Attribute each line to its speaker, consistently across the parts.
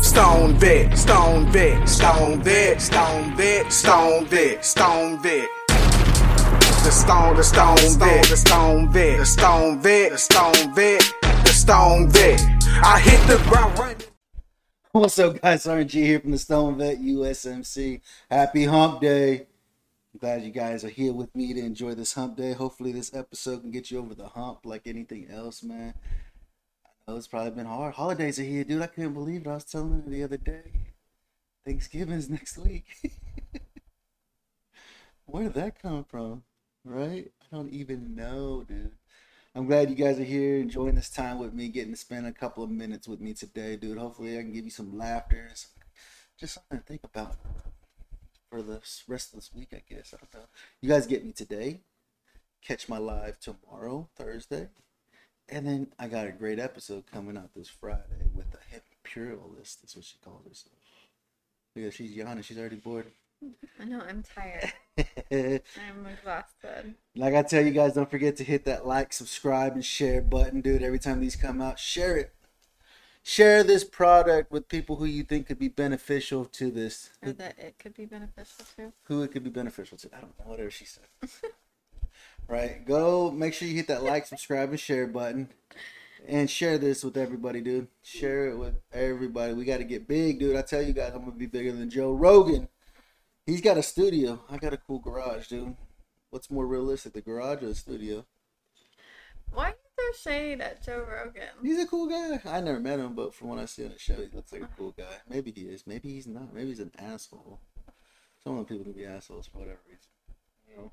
Speaker 1: Stone Vic, Stone Vic, Stone Vic, Stone Vic, Stone Vic, Stone Vic. The stone, the stone Vic, the stone Vic, the stone Vic, the stone Vic, the stone Vic. I hit the ground running.
Speaker 2: What's up, guys? RNG here from the Stone Vet USMC. Happy Hump Day. I'm glad you guys are here with me to enjoy this Hump Day. Hopefully, this episode can get you over the hump like anything else, man. I know it's probably been hard. Holidays are here, dude. I couldn't believe it. I was telling her the other day. Thanksgiving's next week. Where did that come from? Right? I don't even know, dude. I'm glad you guys are here enjoying this time with me, getting to spend a couple of minutes with me today, dude. Hopefully, I can give you some laughter, some, just something to think about for the s- rest of this week, I guess. I don't know. You guys get me today. Catch my live tomorrow, Thursday. And then I got a great episode coming out this Friday with a hip imperialist, is what she calls herself. Because she's yawning, she's already bored.
Speaker 3: I know, I'm tired. I'm exhausted.
Speaker 2: Like I tell you guys, don't forget to hit that like, subscribe, and share button, dude. Every time these come out, share it. Share this product with people who you think could be beneficial to this,
Speaker 3: Or that it could be beneficial too.
Speaker 2: who it could be beneficial to. I don't know, whatever she said. right, go make sure you hit that like, subscribe, and share button. And share this with everybody, dude. Share it with everybody. We got to get big, dude. I tell you guys, I'm going to be bigger than Joe Rogan. He's got a studio. I got a cool garage, dude. What's more realistic, the garage or the studio?
Speaker 3: Why is there shade at Joe Rogan?
Speaker 2: He's a cool guy. I never met him, but from what I see on the show, he looks like a cool guy. Maybe he is. Maybe he's not. Maybe he's an asshole. Some of the people can be assholes for whatever reason. You know.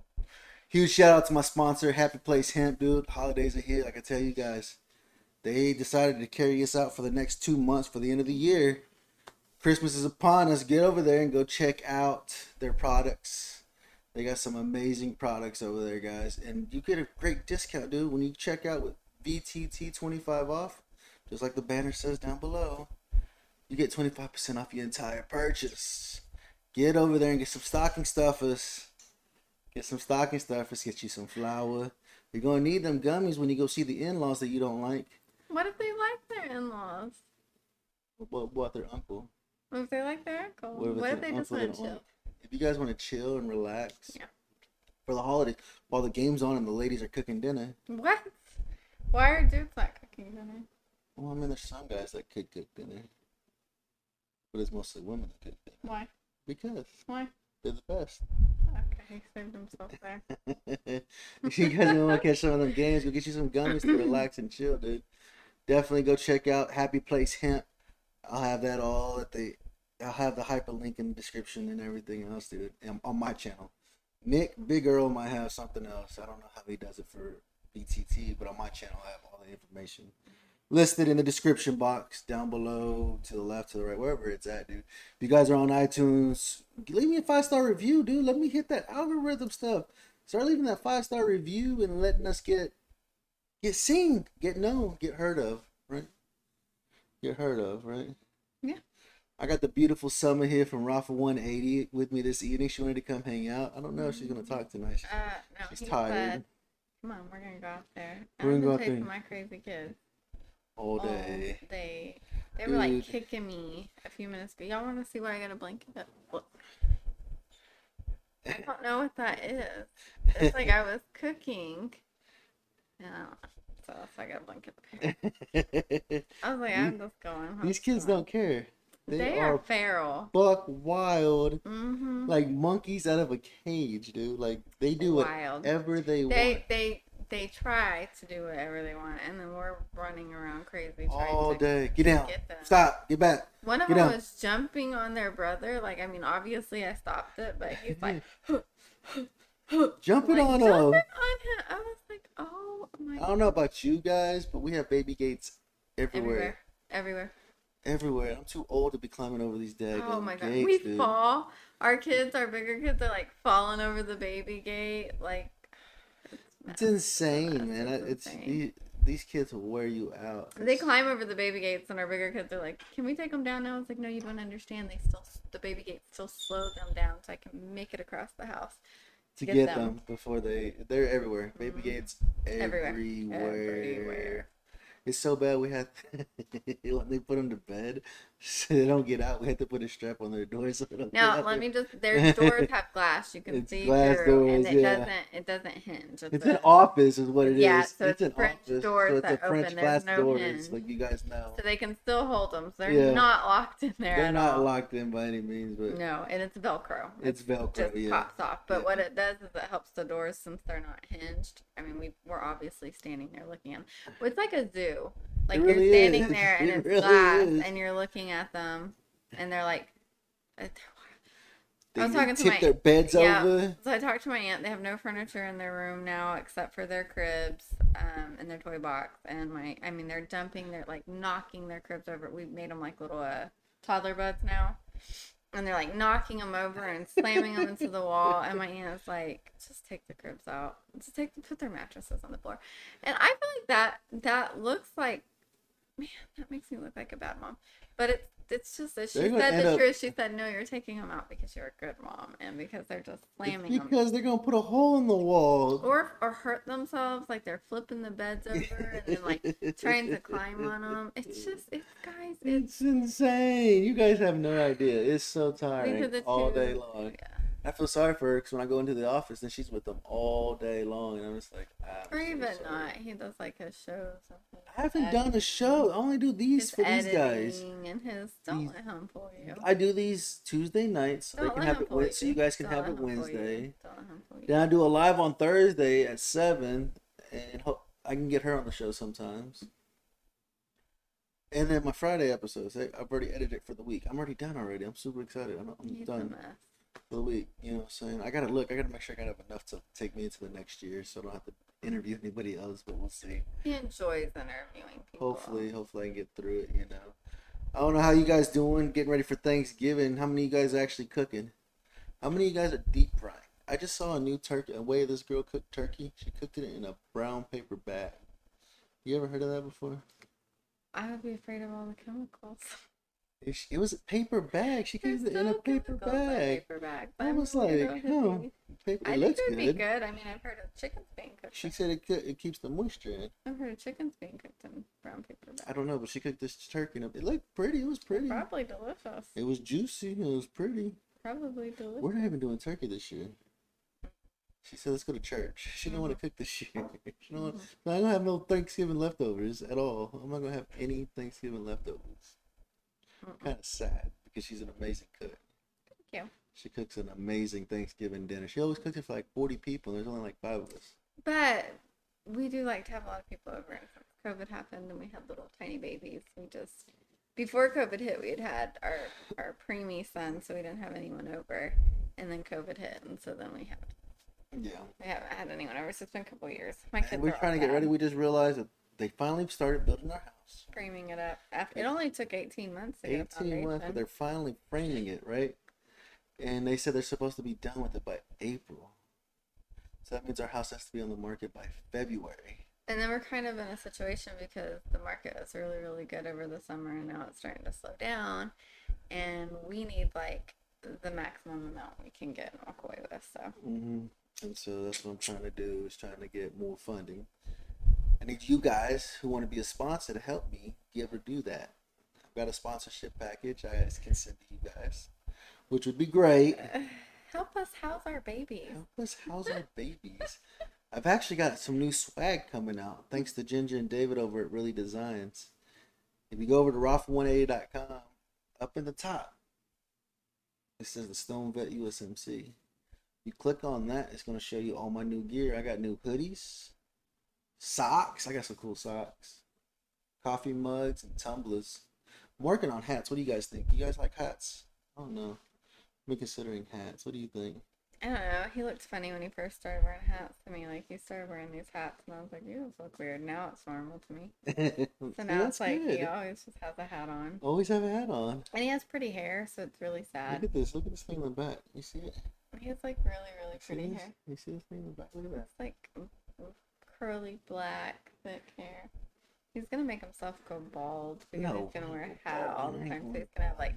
Speaker 2: Huge shout out to my sponsor, Happy Place Hemp, dude. Holidays are here. Like I tell you guys, they decided to carry us out for the next two months for the end of the year. Christmas is upon us. Get over there and go check out their products. They got some amazing products over there, guys. And you get a great discount, dude, when you check out with VTT 25 off. Just like the banner says down below, you get 25% off your entire purchase. Get over there and get some stocking stuffers. Get some stocking stuffers. Get you some flour. You're going to need them gummies when you go see the in laws that you don't like.
Speaker 3: What if they like their in laws?
Speaker 2: What about their uncle?
Speaker 3: What if they like their uncle? What if,
Speaker 2: it's
Speaker 3: they
Speaker 2: an
Speaker 3: just
Speaker 2: uncle they
Speaker 3: want to
Speaker 2: don't
Speaker 3: chill?
Speaker 2: like? If you guys want to chill and relax
Speaker 3: Yeah.
Speaker 2: for the holidays while the game's on and the ladies are cooking dinner,
Speaker 3: What? Why are dudes not cooking dinner?
Speaker 2: Well, I mean, there's some guys that could cook dinner, but it's mostly women that cook dinner
Speaker 3: Why?
Speaker 2: because
Speaker 3: Why?
Speaker 2: they're the best.
Speaker 3: Okay, he saved himself there.
Speaker 2: if you guys want to catch some of them games, go get you some gummies to relax and chill, dude. Definitely go check out Happy Place Hemp. I'll have that all at the. I'll have the hyperlink in the description and everything else, dude, and on my channel. Nick Big Earl might have something else. I don't know how he does it for BTT, but on my channel, I have all the information listed in the description box down below, to the left, to the right, wherever it's at, dude. If you guys are on iTunes, leave me a five star review, dude. Let me hit that algorithm stuff. Start leaving that five star review and letting us get get seen, get known, get heard of, right? Get heard of, right?
Speaker 3: Yeah.
Speaker 2: I got the beautiful Summer here from Rafa 180 with me this evening. She wanted to come hang out. I don't know if she's gonna talk tonight. She's-
Speaker 3: Uh, no,
Speaker 2: She's
Speaker 3: he
Speaker 2: tired.
Speaker 3: said, "Come on, we're gonna go out there.
Speaker 2: We're
Speaker 3: I'm
Speaker 2: gonna go
Speaker 3: gonna
Speaker 2: out
Speaker 3: play for
Speaker 2: there.
Speaker 3: my crazy kids
Speaker 2: all day.
Speaker 3: all day. Oh, They were like
Speaker 2: Dude.
Speaker 3: kicking me a few minutes ago. Y'all want to see where I got a blanket? Up? Look. I don't know what that is. It's like I was cooking. Yeah. So that's why I got a blanket. there. I was like, I'm just going.
Speaker 2: These kids
Speaker 3: home.
Speaker 2: don't care. They,
Speaker 3: They
Speaker 2: are,
Speaker 3: are feral.
Speaker 2: buck wild,
Speaker 3: Mm-hmm.
Speaker 2: like monkeys out of a cage, dude. Like they do
Speaker 3: Wild.
Speaker 2: whatever they,
Speaker 3: They they they try to do whatever they want, and then we're running around crazy.
Speaker 2: want
Speaker 3: trying
Speaker 2: all
Speaker 3: to
Speaker 2: day. Get down.
Speaker 3: get them.
Speaker 2: Stop. Get back.
Speaker 3: One of
Speaker 2: Get
Speaker 3: them
Speaker 2: out.
Speaker 3: was jumping on their brother. Like, I mean, obviously I stopped it, but he's like,
Speaker 2: Jumping
Speaker 3: like,
Speaker 2: on
Speaker 3: jumping on
Speaker 2: them.
Speaker 3: him. I was like, oh my
Speaker 2: I don't know about you guys, but we have baby gates everywhere.
Speaker 3: Everywhere. Everywhere.
Speaker 2: Everywhere. I'm too old to be climbing over these daggone
Speaker 3: oh my god.
Speaker 2: gates,
Speaker 3: we
Speaker 2: dude.
Speaker 3: fall. Our kids, our bigger kids, are like falling over the baby gate. Like,
Speaker 2: It's insane,
Speaker 3: That's
Speaker 2: man.
Speaker 3: just
Speaker 2: I- It's
Speaker 3: insane.
Speaker 2: these, these kids will wear you out.
Speaker 3: they
Speaker 2: It's-
Speaker 3: climb over the baby gates, and our bigger kids are like, can we take them down now? It's like, no, you don't understand. They still, the baby gates still slow them down so I can make it across the house.
Speaker 2: to
Speaker 3: Get
Speaker 2: get, them.
Speaker 3: them.
Speaker 2: before they they're everywhere. Baby
Speaker 3: Mhm.
Speaker 2: gates
Speaker 3: Everywhere.
Speaker 2: everywhere.
Speaker 3: Everywhere.
Speaker 2: It's so bad we have to, when they put them to bed, so they don't get out. We have to put a strap on their door so they don't
Speaker 3: No,
Speaker 2: get out there.
Speaker 3: let me just. Their doors have glass. You can
Speaker 2: It's
Speaker 3: see
Speaker 2: glass
Speaker 3: through, and
Speaker 2: doors,
Speaker 3: it
Speaker 2: yeah.
Speaker 3: doesn't. It doesn't hinge.
Speaker 2: It's
Speaker 3: a-
Speaker 2: an office, is what it is.
Speaker 3: Yeah, so it's
Speaker 2: an
Speaker 3: French
Speaker 2: office,
Speaker 3: doors
Speaker 2: so it's
Speaker 3: that
Speaker 2: a French
Speaker 3: open,
Speaker 2: glass
Speaker 3: there's no
Speaker 2: doors,
Speaker 3: hinge.
Speaker 2: like you guys know.
Speaker 3: so they can still hold them. So they're
Speaker 2: Yeah.
Speaker 3: not locked in there.
Speaker 2: They're
Speaker 3: at
Speaker 2: not
Speaker 3: all.
Speaker 2: locked in by any means, but
Speaker 3: No, and it's Velcro.
Speaker 2: it's Velcro.
Speaker 3: just
Speaker 2: yeah,
Speaker 3: pops off. But
Speaker 2: Yeah.
Speaker 3: what it does is it helps the doors since they're not hinged. I mean, we we're obviously standing there looking at. 'em. Well, it's like a zoo. Like
Speaker 2: really
Speaker 3: you're standing
Speaker 2: is.
Speaker 3: there and
Speaker 2: It
Speaker 3: it's
Speaker 2: really
Speaker 3: glass,
Speaker 2: is.
Speaker 3: and you're looking at them, and they're like.
Speaker 2: they
Speaker 3: I was talking to
Speaker 2: tip
Speaker 3: my-
Speaker 2: their beds
Speaker 3: yeah.
Speaker 2: over.
Speaker 3: So I talked to my aunt. They have no furniture in their room now except for their cribs um, and their toy box. And my, I mean, they're dumping. They're like knocking their cribs over. We made them like little uh, toddler beds now, and they're like knocking them over and slamming them into the wall. And my aunt's like, "Just take the cribs out. Just take put their mattresses on the floor." And I feel like that that looks like, man, that makes me look like a bad mom. But it's it's just that she
Speaker 2: They're gonna
Speaker 3: said
Speaker 2: end
Speaker 3: the
Speaker 2: up-
Speaker 3: truth. She said, "No, you're taking them out because you're a good mom, and because they're just slamming
Speaker 2: It's
Speaker 3: them."
Speaker 2: because they're gonna put a hole in the wall.
Speaker 3: or or hurt themselves like they're flipping the beds over and then like trying to climb on them it's just it's guys it's
Speaker 2: It's insane. You guys have no idea. It's so
Speaker 3: these are the
Speaker 2: tiring
Speaker 3: two
Speaker 2: all day long.
Speaker 3: yeah.
Speaker 2: I feel sorry for her because when I go into the office, then she's with them all day long, and I'm just like, I'm
Speaker 3: or
Speaker 2: so
Speaker 3: even
Speaker 2: sorry.
Speaker 3: not he does like his show or something
Speaker 2: I haven't done a show. I only do these
Speaker 3: his
Speaker 2: for these guys.
Speaker 3: editing and his don't
Speaker 2: These-
Speaker 3: let him pull you
Speaker 2: I do these Tuesday nights, so they
Speaker 3: Don't
Speaker 2: can
Speaker 3: let
Speaker 2: have
Speaker 3: him
Speaker 2: it.
Speaker 3: pull
Speaker 2: Wed- So you guys can
Speaker 3: Don't
Speaker 2: have
Speaker 3: let
Speaker 2: it
Speaker 3: him pull you.
Speaker 2: Wednesday.
Speaker 3: Don't let him pull you.
Speaker 2: Then I do a live on Thursday at seven, and ho- I can get her on the show sometimes. And then my Friday episodes, I- I've already edited for the week. I'm already done already. I'm super excited. I'm, I'm
Speaker 3: He's a
Speaker 2: done
Speaker 3: mess.
Speaker 2: for the week. You know what I'm saying? I gotta look. I gotta make sure I gotta have enough to take me into the next year, so I don't have to interview anybody else. But we'll see.
Speaker 3: he enjoys interviewing people
Speaker 2: Hopefully, hopefully I can get through it. You know, I don't know how you guys doing. Getting ready for Thanksgiving. How many of you guys are actually cooking? How many of you guys are deep frying? I just saw a new turkey. A way this girl cooked turkey. She cooked it in a brown paper bag. You ever heard of that before?
Speaker 3: i would be afraid of all the chemicals
Speaker 2: It sh- it was a paper bag. She cooked it
Speaker 3: There's
Speaker 2: in a
Speaker 3: no
Speaker 2: paper
Speaker 3: chemicals in
Speaker 2: bag.
Speaker 3: paper bag
Speaker 2: I
Speaker 3: I'm
Speaker 2: was
Speaker 3: a weirdo
Speaker 2: like,
Speaker 3: hippie.
Speaker 2: huh. Paper. It
Speaker 3: I think
Speaker 2: looks
Speaker 3: it would be
Speaker 2: good.
Speaker 3: good. I mean, I've heard of chicken's being cooked.
Speaker 2: She
Speaker 3: in-
Speaker 2: said it, cook, it keeps the moisture in.
Speaker 3: I've heard of chicken's being cooked in brown paper
Speaker 2: I
Speaker 3: bags.
Speaker 2: don't know, but she cooked this turkey. And it looked pretty. It was pretty.
Speaker 3: Probably delicious.
Speaker 2: It was juicy. It was pretty.
Speaker 3: Probably delicious.
Speaker 2: We're not even doing turkey this year. She said, let's go to church. She don't want to cook this year. She don't want,
Speaker 3: Mm-hmm.
Speaker 2: I don't have no Thanksgiving leftovers at all. I'm not going to have any Thanksgiving leftovers.
Speaker 3: Mm-mm.
Speaker 2: Kind of sad because she's an amazing cook.
Speaker 3: Thank you.
Speaker 2: She cooks an amazing Thanksgiving dinner. She always cooks it for like 40 people, and there's only like five of us.
Speaker 3: But we do like to have a lot of people over. And since COVID happened, and we had little tiny babies. We just before COVID hit, we had had our our preemie son, so we didn't have anyone over. And then COVID hit, and so then we haven't
Speaker 2: Yeah.
Speaker 3: we haven't had anyone over. So it's been a couple years. My kids
Speaker 2: And we're
Speaker 3: are all
Speaker 2: trying to get
Speaker 3: sad,
Speaker 2: ready. We just realized that they finally started building our house.
Speaker 3: framing it up. After it only took eighteen months to get a
Speaker 2: 18 months,
Speaker 3: foundation.
Speaker 2: but they're finally framing it, right? And they said they're supposed to be done with it by April. So that means our house has to be on the market by February.
Speaker 3: And then we're kind of in a situation because the market was really, really good over the summer and now it's starting to slow down. And we need like the maximum amount we can get and walk away with. So
Speaker 2: hmm And so that's what I'm trying to do is trying to get more funding. I need you guys who want to be a sponsor to help me be able to do that. I've got a sponsorship package I can send to you guys, which would be great.
Speaker 3: help us house our babies.
Speaker 2: Help us house our babies. I've actually got some new swag coming out thanks to Ginger and David over at Really Designs. If you go over to Roth180.com, up in the top, it says the Stone Vet USMC. You click on that, it's going to show you all my new gear. I got new hoodies, socks. I got some cool socks, coffee mugs, and tumblers. I'm working on hats. What do you guys think? You guys like hats? I don't know. I'm considering hats. What do you think?
Speaker 3: I don't know. He looked funny when he first started wearing hats to me. Like he started wearing these hats and I was like, you just look weird. Now it's normal to me. So now it's like he always just has a hat on.
Speaker 2: Always have a hat on.
Speaker 3: And he has pretty hair, so it's really
Speaker 2: Look
Speaker 3: sad.
Speaker 2: at this. Look at this thing in the back. You see it?
Speaker 3: He has like really, really
Speaker 2: You see
Speaker 3: pretty
Speaker 2: this?
Speaker 3: hair.
Speaker 2: You see this thing in the back? Look at that.
Speaker 3: It's like curly black thick hair. He's gonna make himself go bald because
Speaker 2: No,
Speaker 3: he's gonna wear a
Speaker 2: I ain't
Speaker 3: hat all the
Speaker 2: going
Speaker 3: time. So
Speaker 2: bald.
Speaker 3: he's gonna have like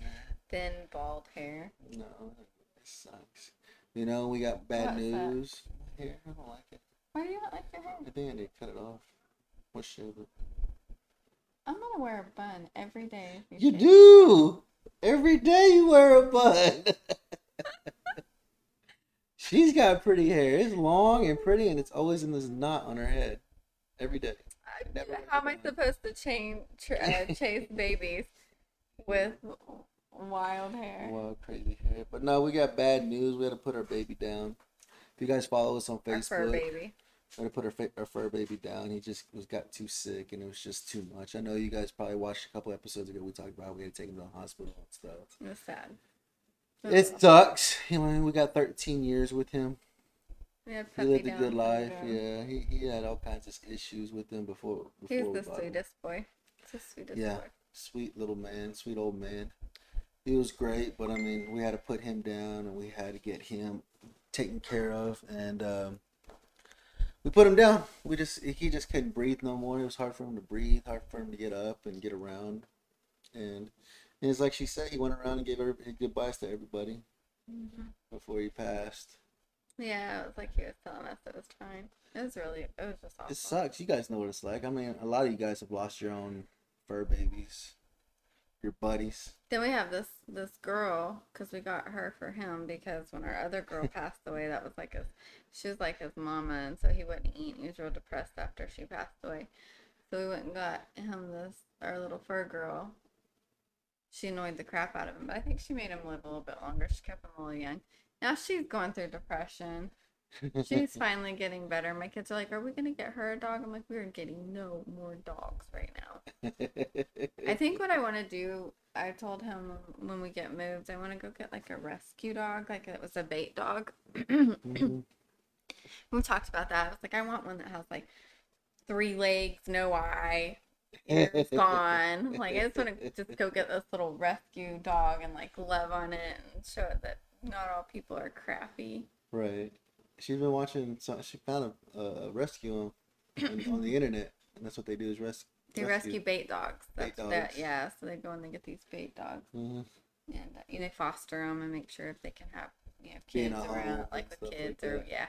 Speaker 3: thin bald hair.
Speaker 2: No, it sucks. You know, we got bad
Speaker 3: What is that?
Speaker 2: news. Here, I don't like it.
Speaker 3: Why do you not like your hair?
Speaker 2: I think I need to cut it off. What shave it?
Speaker 3: I'm gonna wear a bun every day. these
Speaker 2: You
Speaker 3: days.
Speaker 2: do. Every day you wear a bun. She's got pretty hair. It's long and pretty, and it's always in this knot on her head. Every day.
Speaker 3: I-
Speaker 2: never wear
Speaker 3: How
Speaker 2: a
Speaker 3: am I
Speaker 2: bun.
Speaker 3: supposed to chain, tr- uh, chase babies with wild hair?
Speaker 2: Wow, crazy hair. But no, we got bad news. We had to put our baby down. If you guys follow us on
Speaker 3: Or fur
Speaker 2: Facebook, we
Speaker 3: baby.
Speaker 2: had to put our, fa- our fur baby down. He just was got too sick, and it was just too much. I know you guys probably watched a couple episodes ago. We talked about how we had to take him to the hospital and stuff.
Speaker 3: It was sad.
Speaker 2: It sucks. You know, we got 13 years with him.
Speaker 3: We had
Speaker 2: He
Speaker 3: puppy
Speaker 2: lived a
Speaker 3: down
Speaker 2: good life.
Speaker 3: syndrome.
Speaker 2: Yeah, he, he had all kinds of issues with him before. before
Speaker 3: He's
Speaker 2: we
Speaker 3: the
Speaker 2: bought him.
Speaker 3: sweetest boy. He's the sweetest
Speaker 2: Yeah.
Speaker 3: boy.
Speaker 2: Sweet little man, sweet old man. He was great, but I mean, we had to put him down and we had to get him taken care of. And um, we put him down. We just, he just couldn't breathe no more. It was hard for him to breathe, hard for him to get up and get around. And, and it's like she said, he went around and gave everybody goodbyes to everybody before he passed.
Speaker 3: Yeah, it was like he was telling us it was time. It was really, it was just awful.
Speaker 2: It sucks. You guys know what it's like. I mean, a lot of you guys have lost your own fur babies, your buddies.
Speaker 3: Then we have this this girl because we got her for him because when our other girl passed away, that was like his, she was like his mama, and so he wouldn't eat. and He was real depressed after she passed away, so we went and got him this our little fur girl. She annoyed the crap out of him, but I think she made him live a little bit longer. She kept him a little young. Now she's going through depression. She's finally getting better. My kids are like, "Are we gonna get her a dog?" I'm like, "We are getting no more dogs right now." I think what I want to do, I told him when we get moved, I want to go get like a rescue dog, like it was a bait dog.
Speaker 2: Mhm.
Speaker 3: We talked about that. I was like, I want one that has like three legs, no eye, ears gone. Like I just want to just go get this little rescue dog and like love on it and show it that not all people are crappy.
Speaker 2: Right. She's been watching. So she found a, a rescue on, on the internet, and that's what they do is res-
Speaker 3: They rescue, bait dogs. That's
Speaker 2: Bait
Speaker 3: that-
Speaker 2: dogs.
Speaker 3: yeah. So they go and they get these bait dogs
Speaker 2: Mhm.
Speaker 3: and uh, you know, foster them and make sure if they can have you know
Speaker 2: Be in
Speaker 3: kids
Speaker 2: a home
Speaker 3: around,
Speaker 2: and
Speaker 3: like
Speaker 2: stuff
Speaker 3: with
Speaker 2: like
Speaker 3: kids or
Speaker 2: that.
Speaker 3: yeah.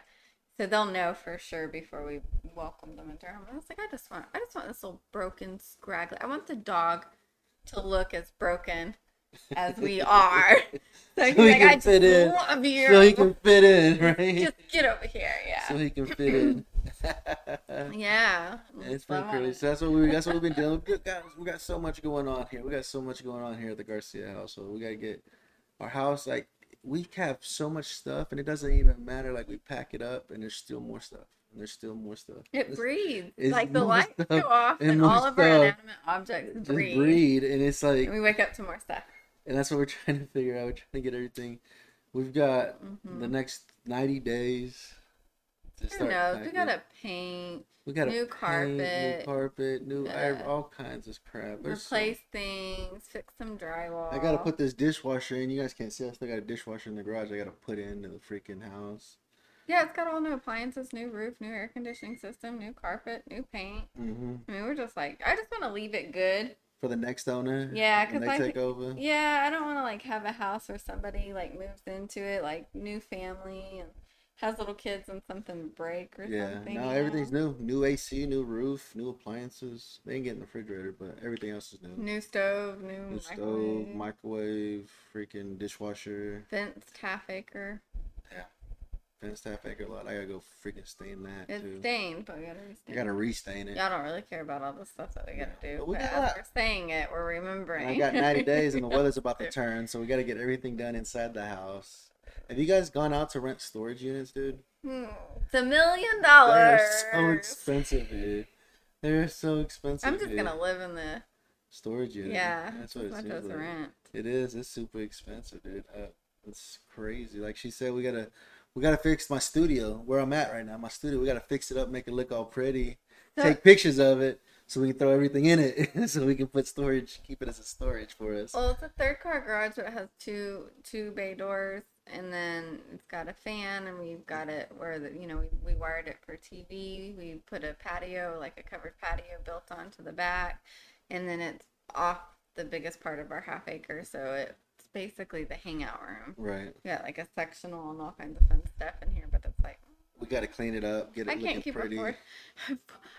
Speaker 3: So they'll know for sure before we welcome them into our home. I was like, I just want, I just want this little broken, scraggly. I want the dog to look as broken as we are. So he's
Speaker 2: So he
Speaker 3: like,
Speaker 2: can
Speaker 3: I just
Speaker 2: fit in.
Speaker 3: love you.
Speaker 2: So he can fit in, right?
Speaker 3: just get over here, yeah.
Speaker 2: So he can fit in.
Speaker 3: yeah.
Speaker 2: It's
Speaker 3: So I
Speaker 2: been
Speaker 3: want
Speaker 2: crazy.
Speaker 3: it.
Speaker 2: So that's what we that's what we've been dealing with. Guys, we got so much going on here. We got so much going on here at the Garcia household. We gotta get our house like we have so much stuff and it doesn't even matter. Like we pack it up and there's still more stuff. And there's still more stuff.
Speaker 3: It
Speaker 2: It's-
Speaker 3: breathes.
Speaker 2: it's
Speaker 3: like the
Speaker 2: more
Speaker 3: lights
Speaker 2: stuff
Speaker 3: go off
Speaker 2: and
Speaker 3: and,
Speaker 2: more
Speaker 3: all of our
Speaker 2: stuff.
Speaker 3: inanimate objects
Speaker 2: just
Speaker 3: breathe.
Speaker 2: breed. and it's like
Speaker 3: And we wake up to more stuff.
Speaker 2: and that's what we're trying to figure out. We're trying to get everything. We've got the next ninety days to
Speaker 3: Mm-hmm. Who
Speaker 2: start.
Speaker 3: knows? We
Speaker 2: packing.
Speaker 3: gotta paint,
Speaker 2: we got
Speaker 3: new
Speaker 2: new
Speaker 3: carpet,
Speaker 2: carpet, new
Speaker 3: uh,
Speaker 2: all kinds of crap. There's so
Speaker 3: replace things, fix some drywall.
Speaker 2: I gotta put this dishwasher in. You guys can't see. I still got a dishwasher in the garage. I gotta put into the freaking house.
Speaker 3: Yeah, it's got all new appliances, new roof, new air conditioning system, new carpet, new paint.
Speaker 2: Mm-hmm.
Speaker 3: I mean, we're just like, I just want to leave it good.
Speaker 2: For the next owner.
Speaker 3: Yeah,
Speaker 2: When
Speaker 3: 'cause
Speaker 2: they
Speaker 3: I
Speaker 2: take
Speaker 3: could-
Speaker 2: over.
Speaker 3: Yeah, I don't want to like have a house where somebody like moves into it, like new family and has little kids and something break or
Speaker 2: Yeah.
Speaker 3: something.
Speaker 2: No,
Speaker 3: you
Speaker 2: everything's
Speaker 3: know?
Speaker 2: new. New AC, new roof, new appliances. They ain't getting the refrigerator, but everything else is new.
Speaker 3: new stove, new,
Speaker 2: New stove,
Speaker 3: microwave,
Speaker 2: microwave, freaking dishwasher.
Speaker 3: fenced half acre.
Speaker 2: Fenced half acre lot. I gotta go freaking stain that
Speaker 3: It's
Speaker 2: too.
Speaker 3: stained, but we gotta restain
Speaker 2: I
Speaker 3: it.
Speaker 2: gotta restain it.
Speaker 3: Y'all don't really care about all the stuff that we gotta do.
Speaker 2: But
Speaker 3: But
Speaker 2: we got a
Speaker 3: as
Speaker 2: lot.
Speaker 3: we're saying it, we're
Speaker 2: And
Speaker 3: remembering.
Speaker 2: I got 90 days and the weather's about to
Speaker 3: Sure.
Speaker 2: turn, so we gotta get everything done inside the house. Have you guys gone out to rent storage units, dude?
Speaker 3: Hmm. It's a million
Speaker 2: They
Speaker 3: dollars.
Speaker 2: are so expensive, dude. They're so expensive.
Speaker 3: I'm just
Speaker 2: dude.
Speaker 3: gonna live in the
Speaker 2: storage unit.
Speaker 3: yeah.
Speaker 2: that's what
Speaker 3: as
Speaker 2: it
Speaker 3: much
Speaker 2: seems
Speaker 3: as
Speaker 2: like.
Speaker 3: rent.
Speaker 2: It is. It's super expensive, dude. Uh, it's crazy. Like she said, we gotta, we gotta fix my studio where I'm at right now. My studio, we gotta fix it up, make it look all pretty,
Speaker 3: So-
Speaker 2: take pictures of it, so we can throw everything in it, so we can put storage, keep it as a storage for us.
Speaker 3: Well, it's a third car garage, but it has two two bay doors, and then it's got a fan, and we've got it where the, you know we, we wired it for TV. We put a patio, like a covered patio, built onto the back, and then it's off the biggest part of our half acre, so it's basically the hangout room.
Speaker 2: Right.
Speaker 3: We got like a sectional and all kinds of fun stuff in here, but it's like
Speaker 2: We gotta clean it up, get it
Speaker 3: I
Speaker 2: looking
Speaker 3: can't keep
Speaker 2: pretty.
Speaker 3: afford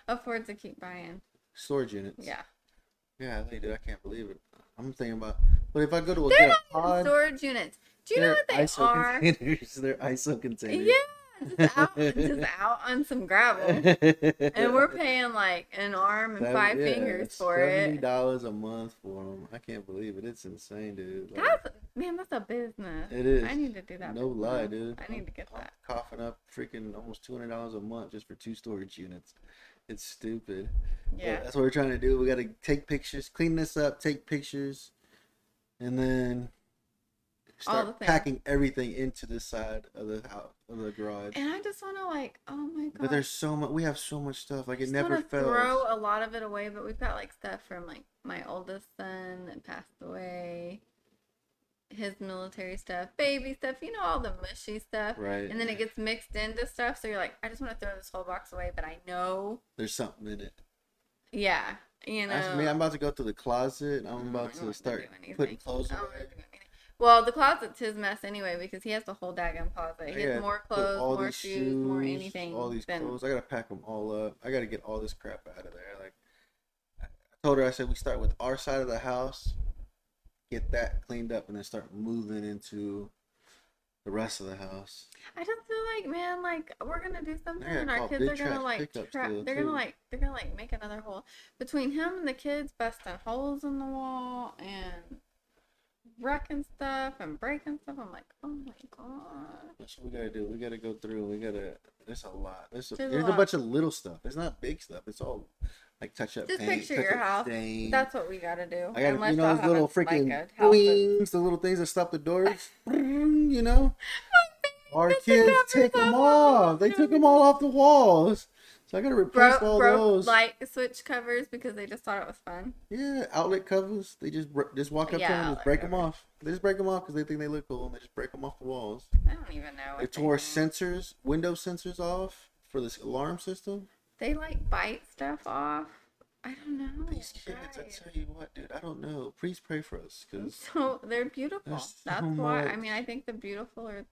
Speaker 3: afford to keep buying.
Speaker 2: Storage units.
Speaker 3: Yeah,
Speaker 2: Yeah, they do. I can't believe it. I'm thinking about. But if I go to a
Speaker 3: They're
Speaker 2: get
Speaker 3: not
Speaker 2: a
Speaker 3: even
Speaker 2: pod,
Speaker 3: storage units. Do you know
Speaker 2: they're
Speaker 3: what they
Speaker 2: ISO
Speaker 3: are?
Speaker 2: Containers. They're ISO containers.
Speaker 3: Yeah, just out, just out on some gravel. And we're paying like an arm and five fingers for
Speaker 2: Seventy
Speaker 3: it.
Speaker 2: dollars a month for them. I can't believe it. It's insane, dude. Like,
Speaker 3: That's man, that's a business.
Speaker 2: It is.
Speaker 3: I need to do that.
Speaker 2: No
Speaker 3: business.
Speaker 2: lie, dude.
Speaker 3: I need to get
Speaker 2: I'm
Speaker 3: that.
Speaker 2: coughing up freaking almost two hundred dollars a month just for two storage units. It's stupid. But
Speaker 3: Yeah.
Speaker 2: that's what we're trying to do. We got to take pictures, clean this up, take pictures, and then
Speaker 3: All
Speaker 2: start
Speaker 3: the things.
Speaker 2: packing everything into this side of the house, of the garage.
Speaker 3: And I just want to like, oh my god.
Speaker 2: But there's so much. We have so much stuff. Like it
Speaker 3: just
Speaker 2: never
Speaker 3: wanna Throw
Speaker 2: fails.
Speaker 3: a lot of it away, but we've got like stuff from like my oldest son that passed away, his military stuff, baby stuff, you know, all the mushy stuff.
Speaker 2: Right.
Speaker 3: And then it gets mixed into stuff, so you're like, I just want to throw this whole box away, but I know,
Speaker 2: There's something in it.
Speaker 3: yeah, you know.
Speaker 2: Actually, man, I'm about to go through the closet. and I'm
Speaker 3: Mm,
Speaker 2: about
Speaker 3: I don't wanna
Speaker 2: to start
Speaker 3: do anything. Oh,
Speaker 2: putting clothes
Speaker 3: I
Speaker 2: away.
Speaker 3: don't wanna do anything. Well, the closet's his mess anyway because he has the whole daggone closet. He
Speaker 2: I
Speaker 3: has
Speaker 2: gotta
Speaker 3: more
Speaker 2: put
Speaker 3: clothes,
Speaker 2: all
Speaker 3: more
Speaker 2: these
Speaker 3: shoes, more anything.
Speaker 2: All these
Speaker 3: than-
Speaker 2: clothes. I gotta pack them all up. I gotta get all this crap out of there. Like I told her, I said we start with our side of the house, get that cleaned up, and then start moving into the rest of the house.
Speaker 3: I just feel like, man, like we're gonna do something,
Speaker 2: gotta
Speaker 3: and our
Speaker 2: call
Speaker 3: kids
Speaker 2: big
Speaker 3: are gonna
Speaker 2: trash
Speaker 3: like,
Speaker 2: pickups
Speaker 3: tra-
Speaker 2: though,
Speaker 3: they're gonna
Speaker 2: too.
Speaker 3: like, they're gonna like make another hole between him and the kids busting holes in the wall and wrecking stuff and breaking stuff. I'm like, oh my god,
Speaker 2: That's what we gotta do. We gotta go through. We gotta. There's a lot. There's a,
Speaker 3: There's
Speaker 2: there's
Speaker 3: a
Speaker 2: a
Speaker 3: lot.
Speaker 2: bunch of little stuff. It's not big stuff. It's all like touch up.
Speaker 3: Just
Speaker 2: paint,
Speaker 3: picture
Speaker 2: touch
Speaker 3: your
Speaker 2: up
Speaker 3: house.
Speaker 2: stain.
Speaker 3: that's what we gotta do.
Speaker 2: I got you
Speaker 3: Unless y'all
Speaker 2: know those
Speaker 3: have
Speaker 2: little
Speaker 3: a- like,
Speaker 2: freaking
Speaker 3: a house that's-
Speaker 2: wings, the little things that stop the doors. you know, our
Speaker 3: That's the
Speaker 2: kids
Speaker 3: covers
Speaker 2: take them
Speaker 3: off.
Speaker 2: off. They took them all off the walls. So I gotta replace
Speaker 3: Broke,
Speaker 2: all
Speaker 3: broke
Speaker 2: those.
Speaker 3: light switch covers because they just thought it was fun.
Speaker 2: yeah, outlet covers. They just br- just walk up to
Speaker 3: Yeah,
Speaker 2: 'em and
Speaker 3: outlet
Speaker 2: just break them
Speaker 3: covers.
Speaker 2: off. They just break them off because they think they look cool and they just break them off the walls.
Speaker 3: I don't even know.
Speaker 2: They
Speaker 3: What
Speaker 2: tore
Speaker 3: do.
Speaker 2: sensors, window sensors off for this alarm system.
Speaker 3: They like bite stuff off. I don't know.
Speaker 2: These kids, I
Speaker 3: guys.
Speaker 2: tell you what, dude, I don't know. Please pray for us, cause
Speaker 3: So they're beautiful.
Speaker 2: There's so
Speaker 3: that's why. I mean,
Speaker 2: much.
Speaker 3: I think the beautiful are.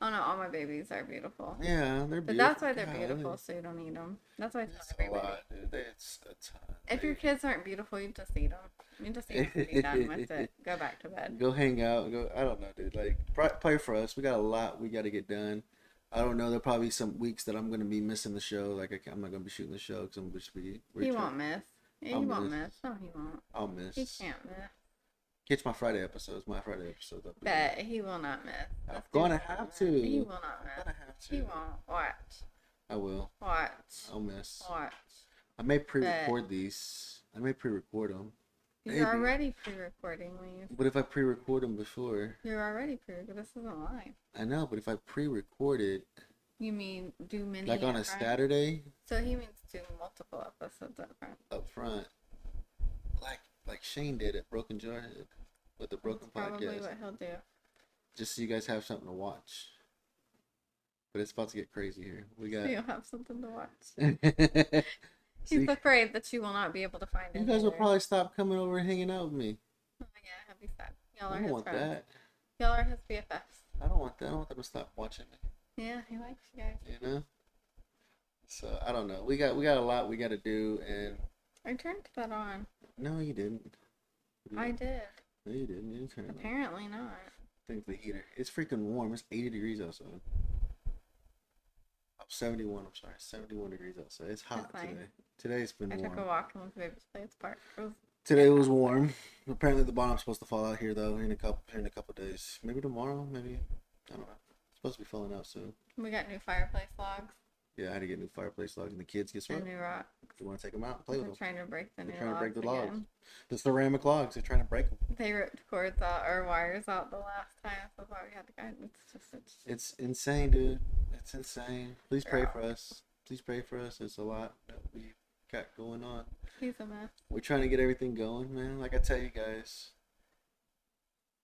Speaker 3: Oh no, all my babies are beautiful.
Speaker 2: yeah, they're beautiful.
Speaker 3: But that's why they're
Speaker 2: God,
Speaker 3: beautiful, so you don't eat them. That's why I tell
Speaker 2: It's a
Speaker 3: everybody.
Speaker 2: lot, dude. It's a ton.
Speaker 3: If your kids aren't beautiful, you just eat them. You just eat 'em and be done with it. Go back to bed.
Speaker 2: go hang out, go. I don't know, dude. Like, pr- pray for us. We got a lot we got to get done. I don't know. There'll probably be some weeks that I'm gonna be missing the show. Like, I can't, I'm not gonna be shooting the show because I'm gonna just be. we're
Speaker 3: He
Speaker 2: trying-
Speaker 3: won't miss. Yeah,
Speaker 2: I'll
Speaker 3: he
Speaker 2: miss.
Speaker 3: won't miss. No, he won't.
Speaker 2: I'll miss.
Speaker 3: He can't miss.
Speaker 2: Catch my Friday episodes. My Friday episodes. I'll be-
Speaker 3: But he will not miss.
Speaker 2: I'm
Speaker 3: Let's
Speaker 2: gonna
Speaker 3: do
Speaker 2: have
Speaker 3: that.
Speaker 2: to.
Speaker 3: He will not
Speaker 2: I'm
Speaker 3: miss.
Speaker 2: gonna have to. Oh.
Speaker 3: He won't. Watch.
Speaker 2: I will.
Speaker 3: Watch.
Speaker 2: I'll miss.
Speaker 3: Watch.
Speaker 2: I may pre-record these. I may pre-record them. Maybe.
Speaker 3: You're already pre-recording when you.
Speaker 2: But if I pre-record them before,
Speaker 3: You're already pre-recording. This isn't live.
Speaker 2: I know. But if I pre-record it,
Speaker 3: You mean do many
Speaker 2: like on a
Speaker 3: upfront?
Speaker 2: Saturday
Speaker 3: So he means do multiple episodes up front.
Speaker 2: up front, like like Shane did at Broken Jarhead with the
Speaker 3: That's
Speaker 2: Broken
Speaker 3: probably
Speaker 2: Podcast,
Speaker 3: what he'll do.
Speaker 2: just so you guys have something to watch. But it's about to get crazy here. We
Speaker 3: So you'll
Speaker 2: got.
Speaker 3: have something to watch.
Speaker 2: See,
Speaker 3: He's afraid that you will not be able to find it.
Speaker 2: you guys will
Speaker 3: either.
Speaker 2: probably stop coming over and hanging out with me.
Speaker 3: Oh, yeah, that'd be sad. Y'all
Speaker 2: I
Speaker 3: are
Speaker 2: don't
Speaker 3: his
Speaker 2: want
Speaker 3: friends.
Speaker 2: that.
Speaker 3: Y'all are his BFFs.
Speaker 2: I don't want that. I don't want them to stop watching me.
Speaker 3: Yeah, he likes you guys.
Speaker 2: You know. So I don't know. We got we got a lot we got to do, and
Speaker 3: I turned that on.
Speaker 2: no, you didn't.
Speaker 3: I did.
Speaker 2: No, you didn't. You didn't turn it on.
Speaker 3: Apparently not.
Speaker 2: Think the heater. It's freaking warm. It's 80 degrees outside. I'm 71. I'm sorry, 71 degrees outside. It's hot
Speaker 3: fine.
Speaker 2: today. Today's been
Speaker 3: I took a
Speaker 2: warm.
Speaker 3: walk and went to Baby's Place oh, Park. It was-
Speaker 2: Today was warm. Apparently the bottom's supposed to fall out here though in a couple in a couple days. Maybe tomorrow. Maybe I don't know. It's supposed to be falling out soon.
Speaker 3: we got new fireplace logs
Speaker 2: Yeah, I had to get new fireplace logs, and the kids guess what?
Speaker 3: and new rocks.
Speaker 2: They want to take them out and play
Speaker 3: They're
Speaker 2: with them.
Speaker 3: trying to break the
Speaker 2: They're
Speaker 3: new
Speaker 2: trying to
Speaker 3: logs
Speaker 2: break the
Speaker 3: again.
Speaker 2: logs. The ceramic logs. They're trying to break them.
Speaker 3: They ripped cords out or wires out the last time. So why we had to go. It's just it's
Speaker 2: It's insane, dude. It's insane. Please pray
Speaker 3: Yeah.
Speaker 2: for us. Please pray for us. It's a lot that we got going on.
Speaker 3: he's a mess.
Speaker 2: We're trying to get everything going, man. Like I tell you guys,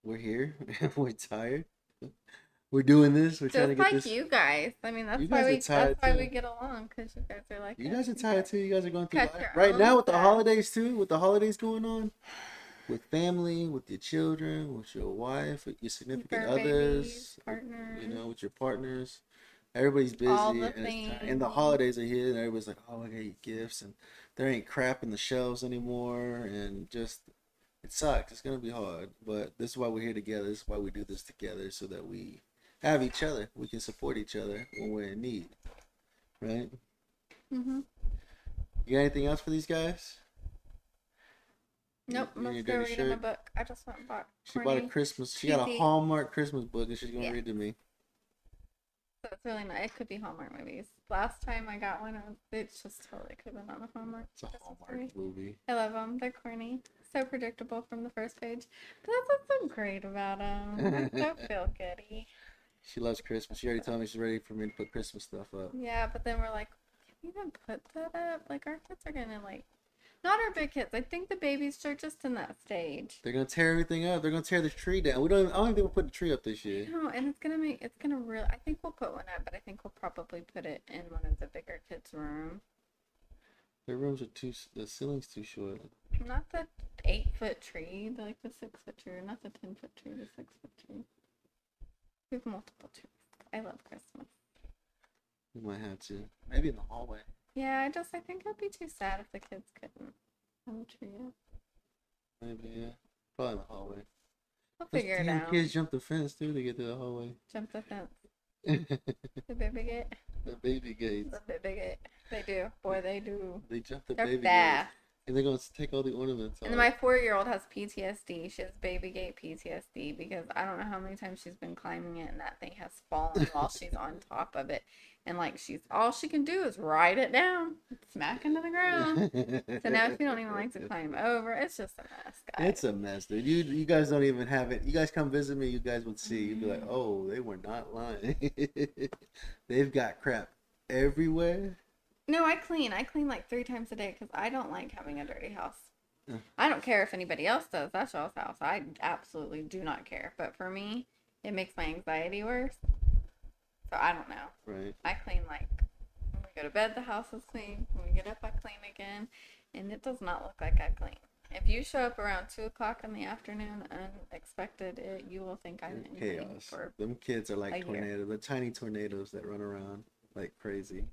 Speaker 2: we're here. we're tired. We're doing this. We're
Speaker 3: So
Speaker 2: trying to
Speaker 3: it's
Speaker 2: get
Speaker 3: like
Speaker 2: this.
Speaker 3: you guys. I mean, that's
Speaker 2: You
Speaker 3: why
Speaker 2: guys are
Speaker 3: we that's
Speaker 2: tired,
Speaker 3: why
Speaker 2: too.
Speaker 3: we get along because you guys are like
Speaker 2: You
Speaker 3: us.
Speaker 2: guys are tired too. You guys are going through
Speaker 3: Cut
Speaker 2: life
Speaker 3: your
Speaker 2: right
Speaker 3: own
Speaker 2: now with the
Speaker 3: stuff.
Speaker 2: holidays too. With the holidays going on, with family, with your children, with your wife, with your
Speaker 3: With
Speaker 2: significant
Speaker 3: our
Speaker 2: others,
Speaker 3: babies, partners.
Speaker 2: you know, with your partners. Everybody's busy,
Speaker 3: All
Speaker 2: and,
Speaker 3: the
Speaker 2: it's ti- and
Speaker 3: things.
Speaker 2: the holidays are here, and everybody's like, "Oh, I gotta get gifts," and there ain't crap in the shelves anymore, and just it sucks. It's gonna be hard, but this is why we're here together. This is why we do this together, so that we have each other. We can support each other when we're in need, right?
Speaker 3: Mm-hmm.
Speaker 2: You got anything else for these guys?
Speaker 3: Nope.
Speaker 2: you
Speaker 3: I'm
Speaker 2: need
Speaker 3: still
Speaker 2: a
Speaker 3: reading
Speaker 2: shirt?
Speaker 3: my book. I just went and bought.
Speaker 2: She bought a
Speaker 3: corny-
Speaker 2: Christmas. She got a
Speaker 3: cheesy-
Speaker 2: Hallmark Christmas book, and she's gonna
Speaker 3: Yeah.
Speaker 2: read to me.
Speaker 3: That's really nice. It could be Hallmark movies. Last time I got one, it was- it's just totally could have been on a Hallmark.
Speaker 2: It's a
Speaker 3: Christmas movie.
Speaker 2: Hallmark movie.
Speaker 3: I love them. They're corny. So predictable from the first page. But that's what's so great about them. They don't feel goody.
Speaker 2: She loves Christmas. She already told me she's ready for me to put Christmas stuff up.
Speaker 3: Yeah, but then we're like, can we even put that up? Like, our kids are going to, like, not our big kids. I think the babies are just in that stage.
Speaker 2: They're gonna tear everything up. They're gonna tear the tree down. We don't. Even, I don't even think we'll put the tree up this year.
Speaker 3: No, Oh, and it's gonna make it's gonna really. I think we'll put one up, but I think we'll probably put it in one of the bigger kids' room.
Speaker 2: Their rooms are too. s- The ceiling's too short.
Speaker 3: Not the eight foot tree, the, like the six foot tree, not the ten foot tree, the six foot tree. We have multiple trees. I love Christmas.
Speaker 2: We might have to. Maybe in the hallway.
Speaker 3: Yeah, I just I think it'd be too sad if the kids couldn't have a tree up.
Speaker 2: Maybe yeah. Probably in the hallway.
Speaker 3: We'll
Speaker 2: Those
Speaker 3: figure it
Speaker 2: damn
Speaker 3: out.
Speaker 2: Kids jump the fence too to get to the hallway.
Speaker 3: Jump the fence.
Speaker 2: the
Speaker 3: The baby gate.
Speaker 2: baby gates.
Speaker 3: The baby gate. They do. Boy, they do.
Speaker 2: They jump the
Speaker 3: They're
Speaker 2: baby
Speaker 3: fast.
Speaker 2: gates, and they're gonna take all the ornaments.
Speaker 3: And then my
Speaker 2: off.
Speaker 3: four year old has PTSD. She has baby gate PTSD because I don't know how many times she's been climbing it and that thing has fallen while she's on top of it. And like she's all she can do is ride it down, smack into the ground. So now she don't even like to climb over. It's just a mess, guys.
Speaker 2: It's a mess, dude. You you guys don't even have it. You guys come visit me. You guys would see. You'd be
Speaker 3: Mm-hmm.
Speaker 2: like, oh, they were not lying. They've got crap everywhere.
Speaker 3: no, I clean. I clean like three times a day because I don't like having a dirty house.
Speaker 2: Mm.
Speaker 3: I don't care if anybody else does. That's y'all's house. I absolutely do not care. But for me, it makes my anxiety worse. So I don't know.
Speaker 2: Right.
Speaker 3: I clean like when we go to bed, the house is clean. When we get up, I clean again, and it does not look like I clean. If you show up around two o'clock in the afternoon, unexpected, it you will think I didn't clean
Speaker 2: Chaos.
Speaker 3: for.
Speaker 2: Them kids are
Speaker 3: a
Speaker 2: like
Speaker 3: year.
Speaker 2: tornadoes. They're tiny tornadoes that run around like crazy.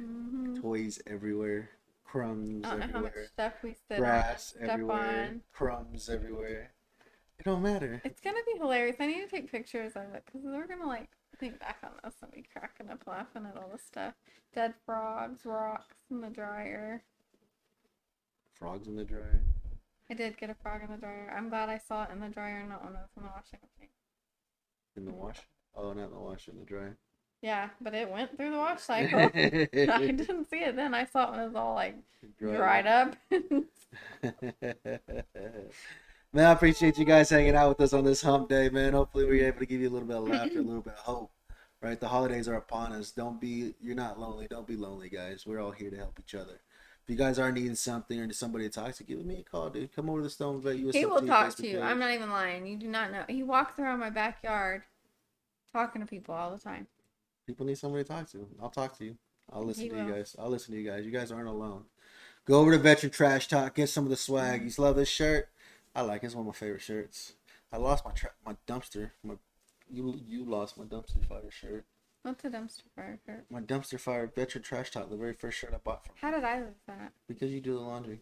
Speaker 3: Mhm.
Speaker 2: Toys everywhere. Crumbs
Speaker 3: I don't know how much
Speaker 2: everywhere.
Speaker 3: stuff we sit
Speaker 2: Grass
Speaker 3: on, step
Speaker 2: everywhere.
Speaker 3: on.
Speaker 2: Crumbs everywhere. It don't matter.
Speaker 3: It's gonna be hilarious. I need to take pictures of it because we're gonna like think back on this and be cracking up laughing at all this stuff. Dead frogs, rocks in the dryer.
Speaker 2: Frogs in the dryer.
Speaker 3: I did get a frog in the dryer. I'm glad I saw it in the dryer, and not when I was in the washing machine.
Speaker 2: In
Speaker 3: Mm-hmm.
Speaker 2: the washer. Oh, not in the washer. In the dryer.
Speaker 3: Yeah, but it went through the wash cycle. I didn't see it then. I saw it when it was all like dried up.
Speaker 2: man, I appreciate you guys hanging out with us on this hump day, man. Hopefully, we are able to give you a little bit of laughter, a little bit of hope. Right? The holidays are upon us. Don't be, you're not lonely. Don't be lonely, guys. We're all here to help each other. If you guys are needing something or need somebody to talk to, give me a call, dude. Come over to the Stone Vet USFT.
Speaker 3: he will talk
Speaker 2: Facebook
Speaker 3: to you.
Speaker 2: page.
Speaker 3: I'm not even lying. You do not know. He walks around my backyard talking to people all the time.
Speaker 2: People need somebody to talk to. I'll talk to you. I'll listen
Speaker 3: He
Speaker 2: to you
Speaker 3: will.
Speaker 2: guys. I'll listen to you guys. You guys aren't alone. Go over to Veteran Trash Talk. Get some of the swag. You love this shirt? I like it. It's one of my favorite shirts. I lost my tra- my dumpster. My you you lost my dumpster fire shirt.
Speaker 3: What's a dumpster fire shirt?
Speaker 2: My dumpster fire Veteran Trash Talk. The very first shirt I bought from
Speaker 3: How did I lose that?
Speaker 2: because you do the laundry.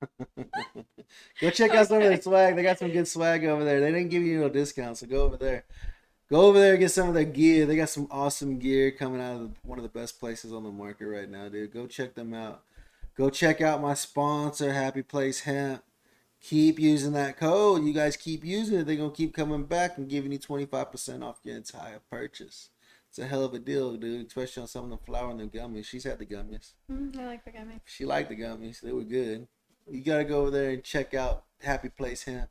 Speaker 2: go check out some of their swag. They got some good swag over there. They didn't give you no discount, so go over there. Go over there and get some of their gear. They got some awesome gear coming out of one of the best places on the market right now, dude. Go check them out. Go check out my sponsor, Happy Place Hemp. Keep using that code. You guys keep using it. They're gonna keep coming back and giving you 25% off your entire purchase. It's a hell of a deal, dude. Especially on some of the flour and the gummies. She's had the gummies.
Speaker 3: Mm, I like the gummy.
Speaker 2: She liked the gummies. They were good. You gotta go over there and check out Happy Place Hemp.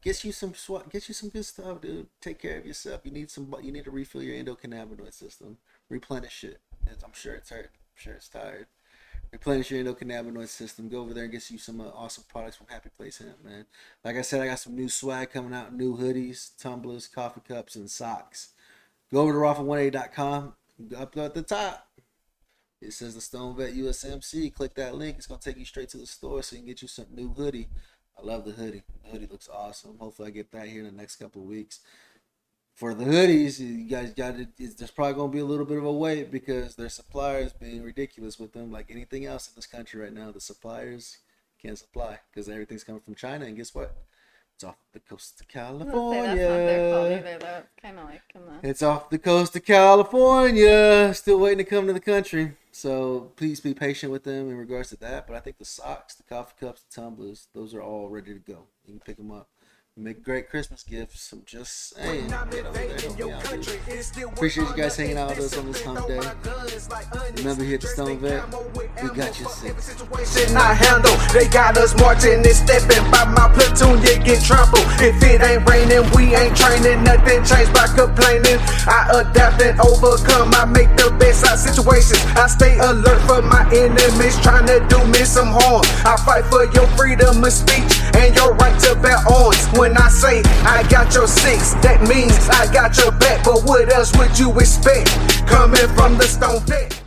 Speaker 2: Get you some swat. Get you some good stuff, dude. Take care of yourself. You need some. You need to refill your endocannabinoid system. Replenish it. It's- I'm sure it's hurt. I'm sure it's tired. Replenish your endocannabinoid system. Go over there and get you some uh, awesome products from Happy Place Hemp, man. Like I said, I got some new swag coming out: new hoodies, tumblers, coffee cups, and socks. Go over to raffle18.com. Up at the top. It says the Stone Vet USMC. Click that link. It's gonna take you straight to the store so you can get you some new hoodie. I love the hoodie. The hoodie looks awesome. Hopefully I get that here in the next couple of weeks. For the hoodies, you guys got to. it's- There's probably gonna be a little bit of a wait because their suppliers being ridiculous with them. Like anything else in this country right now, the suppliers can't supply because everything's coming from China. And guess what? It's off the coast of
Speaker 3: I was gonna say, that's not their fault
Speaker 2: California.
Speaker 3: either, though. It's kind of like in the.
Speaker 2: Uh-huh. It's off the coast of California. Still waiting to come to the country. So please be patient with them in regards to that. But I think the socks, the coffee cups, the tumblers, those are all ready to go. You can pick them up. Make great Christmas gifts. I'm just saying. Get over there, help me out, dude.
Speaker 1: Appreciate you guys hanging out with us on this hump day. Remember, hit the Stone Vet. We got you safe. I handle. They got us marching and stepping by my platoon, you get trampled. If it ain't raining, we ain't training. Nothing changed by complaining. I adapt and overcome. I make the best out situations. I stay alert for my enemies trying to do me some harm. I fight for your freedom of speech and your right to bear arms. When I say I got your six, that means I got your back. But what else would you expect coming from the stone pit?